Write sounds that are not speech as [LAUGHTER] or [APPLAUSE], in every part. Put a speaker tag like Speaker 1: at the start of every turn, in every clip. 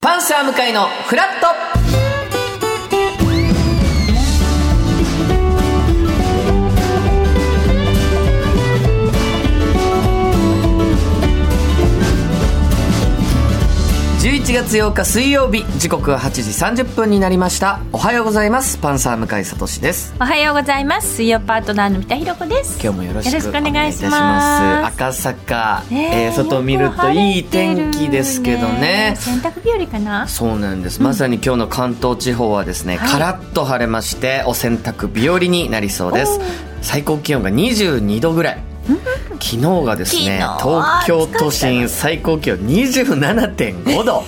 Speaker 1: パンサー向かいのフラット11月8日水曜日時刻は8時30分になりましたおはようございますパンサー向井聡です
Speaker 2: おはようございます。水曜パートナーの三田ひろ子です。
Speaker 1: 今日もよろしく
Speaker 2: よろしくお願いし
Speaker 1: お
Speaker 2: ます
Speaker 1: 願いいたします赤坂、
Speaker 2: ね
Speaker 1: えー外見るといい天気ですけどね
Speaker 2: 洗濯日和かな。
Speaker 1: そうなんです、まさに今日の関東地方はですね、
Speaker 2: はい
Speaker 1: カラッと晴れましてお洗濯日和になりそうです最高気温が22度ぐらい昨日がですね
Speaker 2: 昨日は
Speaker 1: 東京都心最高気温27.5度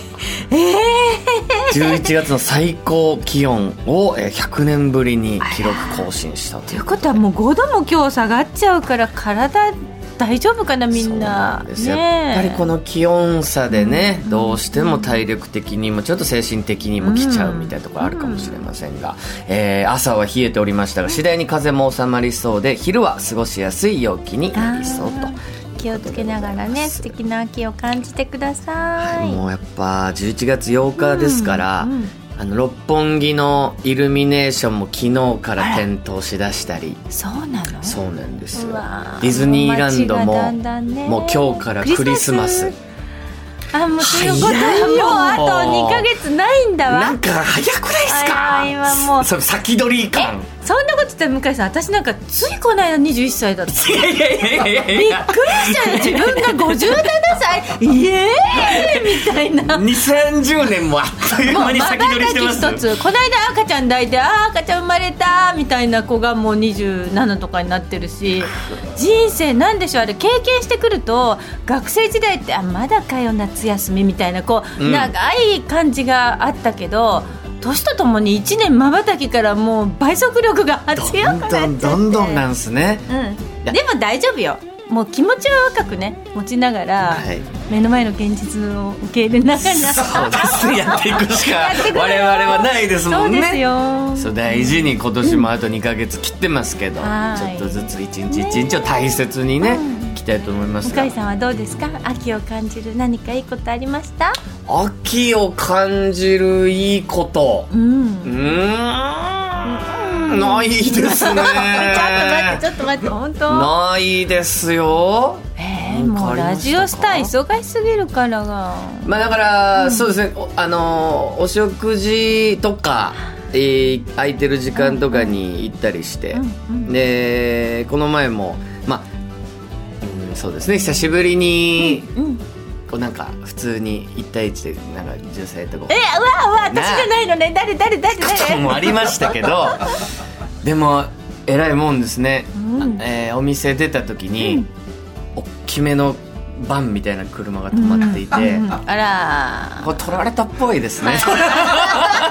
Speaker 2: [LAUGHS]
Speaker 1: 11月の最高気温をえー100年ぶりに記録更新したと
Speaker 2: と
Speaker 1: い
Speaker 2: いううことはもう5度も今日下がっちゃうから体大丈夫かなみん
Speaker 1: そう
Speaker 2: な。
Speaker 1: んですやっぱりこの気温差でね、どうしても体力的にもちょっと精神的にも来ちゃうみたいなところあるかもしれませんが、えー朝は冷えておりましたが次第に風も収まりそうで昼は過ごしやすい陽気になりそうと
Speaker 2: あ。ー気をつけながらね素敵な秋を感じてください。
Speaker 1: もうやっぱ11月8日ですから、
Speaker 2: うん
Speaker 1: あの六本木のイルミネーションも昨日から点灯しだしたり
Speaker 2: そうなの。
Speaker 1: そうなんですよ
Speaker 2: うわー
Speaker 1: ディズニーランドも
Speaker 2: 街がだんだんね
Speaker 1: もう今日からクリスマス。
Speaker 2: あもうということ
Speaker 1: 早いよ
Speaker 2: はもうあと2ヶ月ないんだわ。
Speaker 1: なんか早くないですか
Speaker 2: あ今もう
Speaker 1: そ先取り感
Speaker 2: そんなこと言ったら向井さん私なんかついこの間21歳だった
Speaker 1: いやいやいやいや
Speaker 2: び
Speaker 1: い
Speaker 2: っ
Speaker 1: や
Speaker 2: くりしたよ自分が57歳イエーイみたいなも
Speaker 1: 230年もあっという間
Speaker 2: う
Speaker 1: に
Speaker 2: まば
Speaker 1: 先
Speaker 2: た
Speaker 1: 取りして
Speaker 2: き
Speaker 1: ます
Speaker 2: 一つこの間赤ちゃん抱いてあー赤ちゃん生まれたみたいな子がもう27とかになってるし人生なんでしょうあれ経験してくると学生時代ってあまだかよ夏休みみたいなこう、
Speaker 1: うん
Speaker 2: 長い感じがあったけど年とともに1年まばたきからもう倍速力が強くなっちゃって
Speaker 1: どんどんどんどんなんすね
Speaker 2: うん、でも大丈夫よもう気持ちは若くね持ちながら、
Speaker 1: はい
Speaker 2: 目の前の現実を受け入れながら
Speaker 1: そうですやっていくしか
Speaker 2: って
Speaker 1: 我
Speaker 2: く
Speaker 1: 々
Speaker 2: れよ
Speaker 1: はないです
Speaker 2: そ
Speaker 1: も
Speaker 2: うんです
Speaker 1: ね
Speaker 2: よ
Speaker 1: そう大事に今年もあと2か月切ってますけど、ちょ
Speaker 2: はい
Speaker 1: っとずつ一日一日を大切にね、いきたいと思いますが
Speaker 2: 向井さんはどうですか秋を感じる何かいいことありました
Speaker 1: 秋を感じるいいこと
Speaker 2: うん
Speaker 1: うーんないです
Speaker 2: [LAUGHS] ちょ
Speaker 1: ね
Speaker 2: っと待ってちょっと待って本当
Speaker 1: ないですよ
Speaker 2: えー、もうラジオスター忙しすぎるからが
Speaker 1: まあだから、そうですねおあのーお食事とか、えー空いてる時間とかに行ったりして、
Speaker 2: うんうん
Speaker 1: でこの前もまあ、うんそうですね久しぶりに、
Speaker 2: うん
Speaker 1: こうなんか普通に1対1でなんか女性とご
Speaker 2: え
Speaker 1: 飯
Speaker 2: うわうわ私じゃないのね誰誰誰
Speaker 1: 行くこと
Speaker 2: 誰
Speaker 1: もありましたけどでも偉いもんですね、
Speaker 2: うん
Speaker 1: あえーお店出た時に、おっきめのバンみたいな車が止まっていて、
Speaker 2: うんあら
Speaker 1: これ取られたっぽいです
Speaker 2: [LAUGHS]
Speaker 1: ね。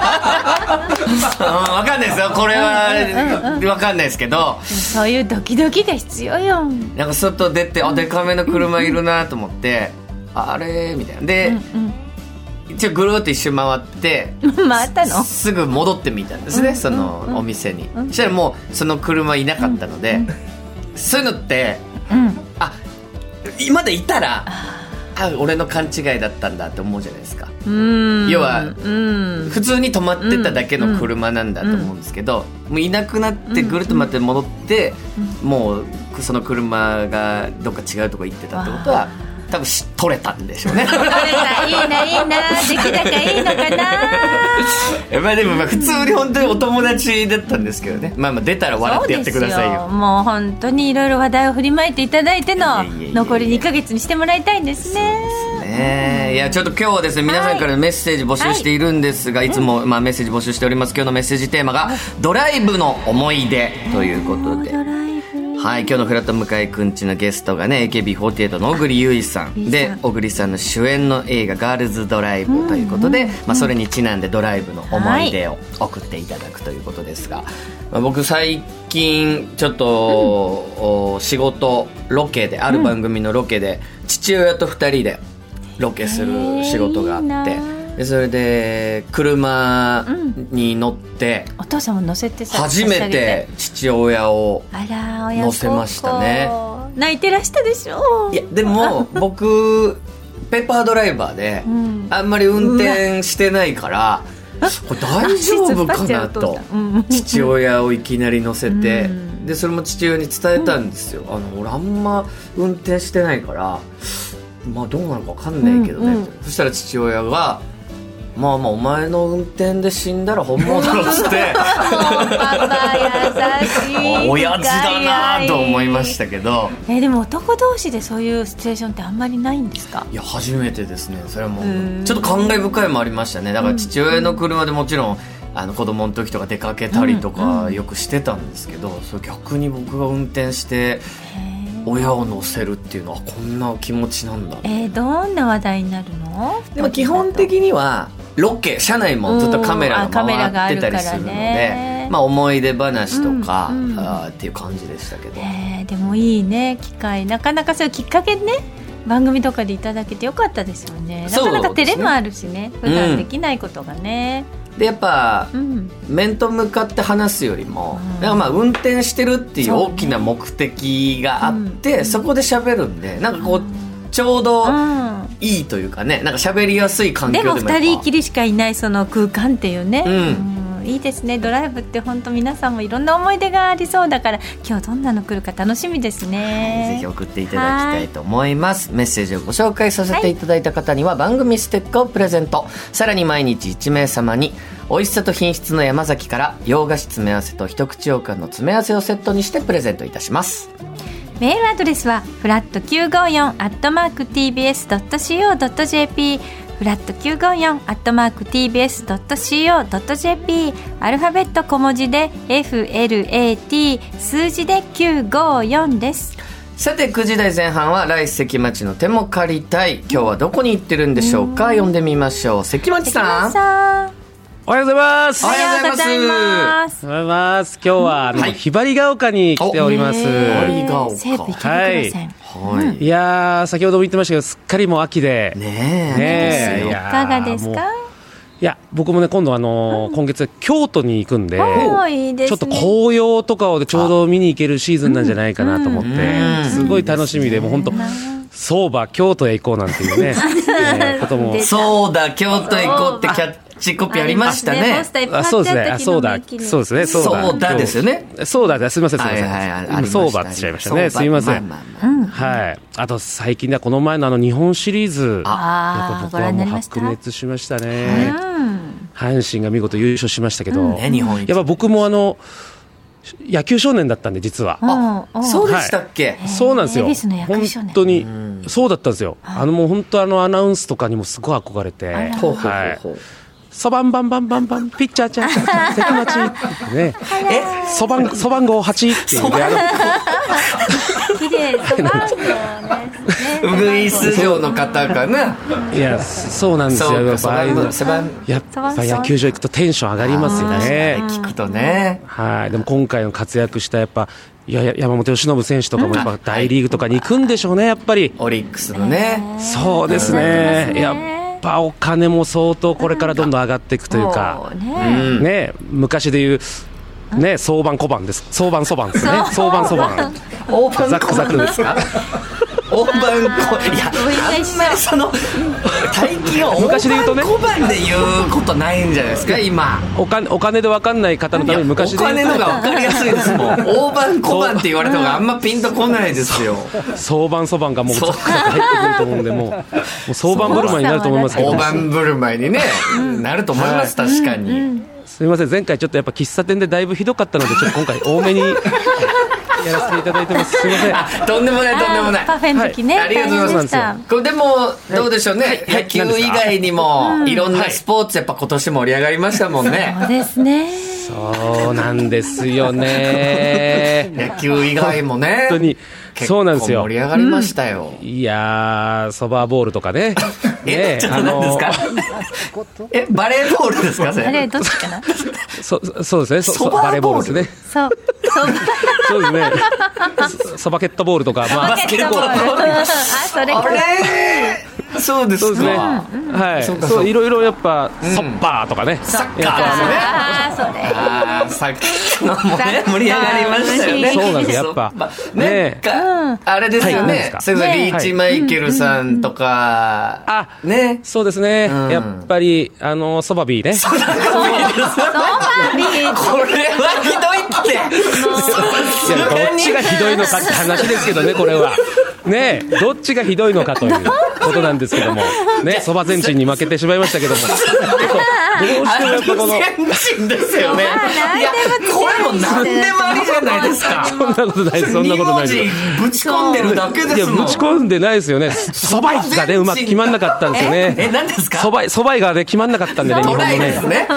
Speaker 1: うんわかんないですよ。これ
Speaker 2: うんうん
Speaker 1: はわかんないですけど、
Speaker 2: そういうドキドキが必要よ
Speaker 1: なんか外出てあでかめの車いるなと思って、ああれみたいな。で、一応ぐるーっと一周回って。
Speaker 2: [LAUGHS] 回ったの
Speaker 1: すぐ戻ってみたんですね、そのお店に、そしたらもうその車いなかったので、そういうのって
Speaker 2: うん
Speaker 1: あまだいたらあ俺の勘違いだったんだって思うじゃないですか
Speaker 2: うん
Speaker 1: 要は
Speaker 2: [LAUGHS] うん
Speaker 1: 普通に止まってただけの車なんだと思うんですけど、もういなくなってぐるっと回って戻って、もうその車がどっか違うとこ行ってたってことは多分し取れたんでしょうね。 [LAUGHS]
Speaker 2: あれさいいないいな出来高いいのかな
Speaker 1: まあでもまあ普通に本当にお友達だったんですけどね、まあ、まあ出たら笑ってやってくださ
Speaker 2: そう
Speaker 1: い
Speaker 2: ですよ
Speaker 1: よ。
Speaker 2: もう本当にいろいろ話題を振りまいていただいての
Speaker 1: いやいやいや
Speaker 2: 残り2か月にしてもらいたいんですね
Speaker 1: ねえいやちょっと今日はですね皆さんからのメッセージ募集しているんですが、い、つもまあメッセージ募集しております今日のメッセージテーマが「ドライブの思い出」ということで。
Speaker 2: ドライブ
Speaker 1: はい、今日のフラット向井くんちのゲストがね、AKB48 の小栗優衣さん。で、小栗さんの主演の映画、ガールズドライブということで、まあ、それにちなんでドライブの思い出を送っていただくということですが、まあ、僕最近、ちょっと、お仕事、ロケで、ある番組のロケで、父親と二人でロケする仕事があっ
Speaker 2: へーい
Speaker 1: て
Speaker 2: いな、
Speaker 1: でそれで、車に乗って、
Speaker 2: お父さんも乗せてさ
Speaker 1: 初めて父親を、
Speaker 2: 差し上げてあら親
Speaker 1: 乗せましたね
Speaker 2: 孝行泣いてらしたでしょ
Speaker 1: いやでも僕ペーパードライバーで、
Speaker 2: ん
Speaker 1: あんまり運転してないから、これ大丈夫かな
Speaker 2: 足突っ張っち
Speaker 1: と
Speaker 2: ゃうお父さんうん
Speaker 1: 父親をいきなり乗せて、
Speaker 2: うん
Speaker 1: でそれも父親に伝えたんですよ、あの俺あんま運転してないからまあどうなのかわかんないけどね、
Speaker 2: うんうん
Speaker 1: そしたら父親が「まあまあお前の運転で死んだら本望だろ」っつって。
Speaker 2: もうパパ優し [LAUGHS] い
Speaker 1: 親父だなと思いましたけど
Speaker 2: えでも男同士でそういうシチュエーションってあんまりないんですか
Speaker 1: いや初めてですねそれはも
Speaker 2: へー
Speaker 1: うちょっと感慨深いもありましたねだから父親の車でもちろんあの子供の時とか出かけたりとかよくしてたんですけど、それ逆に僕が運転して親を乗せるっていうのはこんな気持ちなんだ
Speaker 2: えー、どんな話題になるの
Speaker 1: でも基本的にはロケ車内もずっとカメ
Speaker 2: う
Speaker 1: ラが
Speaker 2: んあカメラがあ
Speaker 1: 回っ
Speaker 2: る
Speaker 1: て
Speaker 2: か
Speaker 1: た
Speaker 2: らね
Speaker 1: りするので、まあ、思い出話とか、
Speaker 2: うんうん
Speaker 1: あーっていう感じでしたけど、
Speaker 2: えー、でもいいね機会なかなかそういうきっかけね番組とかでいただけてよかったですよねなかなか
Speaker 1: そうで
Speaker 2: 照
Speaker 1: す
Speaker 2: れ
Speaker 1: ね
Speaker 2: もあるしね普段できないことがね、
Speaker 1: でやっぱ
Speaker 2: うん
Speaker 1: 面と向かって話すよりも、
Speaker 2: うん
Speaker 1: なんかまあ運転してるっていう
Speaker 2: そうね
Speaker 1: 大きな目的があってそ,、
Speaker 2: うん
Speaker 1: こで喋るんでなんかこうちょうどいいというかねなんか喋りやすい環境
Speaker 2: で
Speaker 1: でも
Speaker 2: も二人き
Speaker 1: り
Speaker 2: りしかいないその空間っていうね、
Speaker 1: うん
Speaker 2: うんいいですねドライブって本当皆さんもいろんな思い出がありそうだから今日どんなの来るか楽しみですね、
Speaker 1: ぜひ送っていただきたいと思いますメッセージをご紹介させていただいた方には番組ステッカーをプレゼント、さらに毎日1名様に美味しさと品質の山崎から洋菓子詰め合わせと一口羊羹の詰め合わせをセットにしてプレゼントいたします
Speaker 2: メールアドレスはフラット954アットマーク tbs.co.jp フラット954アットマーク tbs.co.jp アルファベット小文字で flat 数字で954です
Speaker 1: さて9時台前半は来関町の手も借りたい今日はどこに行ってるんでしょうか読んでみましょう関町さん
Speaker 2: さん
Speaker 3: おはようございます。
Speaker 1: お
Speaker 2: おは
Speaker 1: はよ
Speaker 2: よ
Speaker 1: う
Speaker 2: う
Speaker 1: ご
Speaker 2: ご
Speaker 1: ざ
Speaker 2: ざ
Speaker 1: い
Speaker 2: い
Speaker 1: ま
Speaker 2: ます
Speaker 3: おはようございます。今日は、あの、
Speaker 1: はい
Speaker 3: ひばりが丘に来ております。
Speaker 1: ねえ
Speaker 2: えー西武池袋線、
Speaker 1: はい
Speaker 3: やー、先ほども言ってましたけど、すっかりもう秋で。
Speaker 1: いねえ
Speaker 3: ねえ
Speaker 1: いいです
Speaker 3: い
Speaker 1: よ
Speaker 3: や
Speaker 2: いかがですか
Speaker 3: いや、僕もね、今度、あのー今月、京都に行くんで。
Speaker 2: おーいいです
Speaker 3: ちょ
Speaker 2: ね
Speaker 3: っと紅葉とかをちょうど見に行けるシーズンなんじゃないかなと思って、
Speaker 1: うん
Speaker 3: すごい楽しみで、もう本当、相場、京都へ行こうなん
Speaker 1: [LAUGHS]
Speaker 3: ていうね、えーこ
Speaker 2: [LAUGHS]
Speaker 3: とも
Speaker 2: で。
Speaker 1: そうだ京都へ行こうってキャッチコピーありましたね
Speaker 2: ポスターいっぱい
Speaker 3: あ
Speaker 2: 貼
Speaker 3: そう
Speaker 2: っ
Speaker 3: で
Speaker 2: て
Speaker 3: すね、
Speaker 2: あ
Speaker 3: あ
Speaker 2: った
Speaker 3: そうだ、
Speaker 2: 昨日の
Speaker 3: そうですね、
Speaker 1: そうだですよね。
Speaker 3: そうだ、すみません、すみません。
Speaker 1: はいはいはいありましたね
Speaker 3: 相場って言っちゃいましたね、すみません。
Speaker 1: 相場まあまあま
Speaker 3: はい。あと最近ではこの前のあの日本シリーズ。やっ
Speaker 2: あ
Speaker 3: ぱ
Speaker 2: あ
Speaker 3: 僕
Speaker 2: ご
Speaker 3: は
Speaker 2: 覧に
Speaker 3: も
Speaker 2: な
Speaker 3: う
Speaker 2: りました
Speaker 3: 白熱しましたね。
Speaker 2: うん
Speaker 3: 阪神が見事優勝しましたけど。
Speaker 1: あね日本
Speaker 3: やっぱ僕もあの、野球少年だったんで実は。
Speaker 1: あ
Speaker 2: うん
Speaker 1: そうでしたっけ
Speaker 2: ー
Speaker 3: そうなんですよ。
Speaker 2: 恵比寿の野球少年
Speaker 3: 本当に、そうだったんですよ。あのもう本当あのアナウンスとかにもすごい憧れて。
Speaker 2: ら
Speaker 1: ほうほう
Speaker 3: はい
Speaker 1: ほうほう
Speaker 3: そばんばんばんばんばん、ピッチャーちゃん、ちゃんちゃん、関町。
Speaker 1: え
Speaker 3: ね。そばん、そばん号8っていうね。あの
Speaker 2: 綺
Speaker 1: [LAUGHS]
Speaker 2: 麗と番号ね。
Speaker 1: ウグイス城の方かない
Speaker 3: や、そうなんですよ。
Speaker 1: そう
Speaker 3: や
Speaker 1: か
Speaker 3: っぱああいうの
Speaker 1: 背番
Speaker 3: やっぱ野球場行くとテンション上がりますよね。
Speaker 1: 聞くとね
Speaker 3: はい。でも今回の活躍したやっぱ、いやいや山本由伸選手とかもやっ
Speaker 1: うん
Speaker 3: ぱ大リーグとかに行くんでしょうね、やっぱり。
Speaker 1: オリックスのね
Speaker 3: そうですね。やっぱお金も相当これからどんどん上がっていくというか
Speaker 2: そう、ね。
Speaker 1: うん
Speaker 3: ね、昔で言う、ね、相番小判です。相番そばんですね。相番そばん。
Speaker 1: 大盤
Speaker 3: ザクザクです
Speaker 1: か [LAUGHS] 大盤こいや
Speaker 2: ごめんなさい
Speaker 1: あんまりその大金を
Speaker 3: [LAUGHS] 昔で言うとね
Speaker 1: 大盤小判で言うことないんじゃないですか今
Speaker 3: お金、お金でわかんない方のために昔
Speaker 1: お
Speaker 3: で
Speaker 1: 金
Speaker 3: 言う
Speaker 1: のが分かりやすいです
Speaker 3: [LAUGHS]
Speaker 1: もん大盤小判って言われた方があんまピンとこないですよ
Speaker 3: と、相番そばんがもう
Speaker 1: そ
Speaker 3: ザ
Speaker 1: う
Speaker 3: クザク入ってくると思うんで、もう、もう相番ブルマになると思いますけど。
Speaker 1: 大盤振る舞いにね、なると思います確かに、
Speaker 3: すみません前回ちょっとやっぱ喫茶店でだいぶひどかったのでちょっと今回多めにやらせていただいてます。すみません。
Speaker 1: あとんでもないとんでもない
Speaker 2: あーパフェの時ね、
Speaker 1: ありがとうございま
Speaker 2: 大変ですし。た
Speaker 1: これでも、どうでしょうね。
Speaker 3: はい
Speaker 1: 野球以外にも、いろんなスポーツ、やっぱ今年盛り上がりましたもん
Speaker 2: そう
Speaker 1: ね。
Speaker 2: です
Speaker 1: [LAUGHS]
Speaker 2: ね
Speaker 3: そうなんですよね。
Speaker 1: 野球以外もね。
Speaker 3: 本当にそうなんですよ
Speaker 1: 結構盛り上がりましたよ。
Speaker 3: いやー、ソバーボールとかね。
Speaker 1: [LAUGHS] え、ちょっと何ですかえ、バレーボールですかそれ
Speaker 2: あれどっちかな
Speaker 3: そそうですねそ
Speaker 1: ソ
Speaker 3: そ
Speaker 1: バーボール
Speaker 3: バレーボールですね。
Speaker 1: [LAUGHS]
Speaker 2: そうそう
Speaker 3: そうですね。そそばケットボールとか、ま
Speaker 2: バ
Speaker 3: あ、
Speaker 2: スケット
Speaker 3: 結
Speaker 2: ボ
Speaker 3: 構
Speaker 2: ールうんあそれ
Speaker 1: あ
Speaker 2: か
Speaker 1: れそうで
Speaker 3: そう
Speaker 1: す
Speaker 3: ですね。
Speaker 1: か。
Speaker 3: はい。
Speaker 1: そ
Speaker 3: そうう
Speaker 1: かそう
Speaker 3: いろいろやっぱ、
Speaker 1: ん
Speaker 3: ソッパーとかね。
Speaker 1: サッカ
Speaker 3: やっぱ
Speaker 1: ーですね。
Speaker 2: あーそれ
Speaker 1: あーサッカーのもね
Speaker 2: サッカー
Speaker 1: 盛り上がりましたよね。
Speaker 3: そうなんですよやっぱ
Speaker 1: ね
Speaker 3: ね
Speaker 1: かあれですよ
Speaker 3: はい
Speaker 1: ね。それこそ
Speaker 2: ね
Speaker 1: リーチマイケルさんとか、
Speaker 3: あ
Speaker 1: ね。
Speaker 3: そうですね。
Speaker 1: ん
Speaker 3: やっぱり、あの、ソバビーね。
Speaker 2: ビー
Speaker 1: [LAUGHS] これはひどいって。
Speaker 3: いやどっちがひどいのかって話ですけどね、これは。ねえどっちがひどいのかということなんですけども、ねそば前鎮に負けてしまいましたけども、どうしてもやっぱこの、
Speaker 1: 先進ですよね。いや、これも何でもありじゃないですか。
Speaker 3: そんなことないです、そんなことないです。
Speaker 1: 二文字ぶち込んでるだけで
Speaker 3: いや、
Speaker 1: すもん。
Speaker 3: ぶち込んでないですよね。そばいがね、うまく決まんなかったんですよ
Speaker 1: え、
Speaker 3: ね。
Speaker 1: 何ですか
Speaker 3: そばい、そばいがね、決まんなかったんでね、
Speaker 1: ト
Speaker 3: 日本の
Speaker 1: ライです
Speaker 3: ね。 [LAUGHS]
Speaker 1: ね。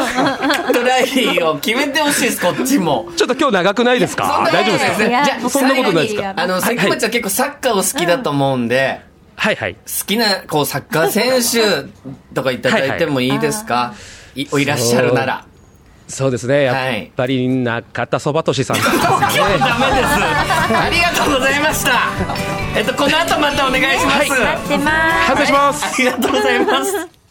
Speaker 1: トライを決めてほしいです、こっちも。
Speaker 3: ちょっと今日長くないです
Speaker 1: そん
Speaker 3: か
Speaker 1: な
Speaker 3: 大丈夫です
Speaker 1: こと
Speaker 3: か
Speaker 2: い
Speaker 1: な
Speaker 2: や
Speaker 1: いですねじゃあ
Speaker 3: そんなことないです
Speaker 2: いや
Speaker 3: か
Speaker 1: あの、
Speaker 3: はい
Speaker 1: 関町は結構サッカーを好きだと思うんで、
Speaker 3: はいはい。
Speaker 1: 好きな、こう、サッカー選手とかいただいてもいいですかいおいらっしゃるなら。
Speaker 3: そうですね。やっぱり中田そばとしさんですよね。
Speaker 1: ダメ
Speaker 3: [LAUGHS]
Speaker 1: です。ありがとうございました。えっと、この後またお願いします。
Speaker 2: 待ってます
Speaker 3: 反省します
Speaker 1: ありがとうございます。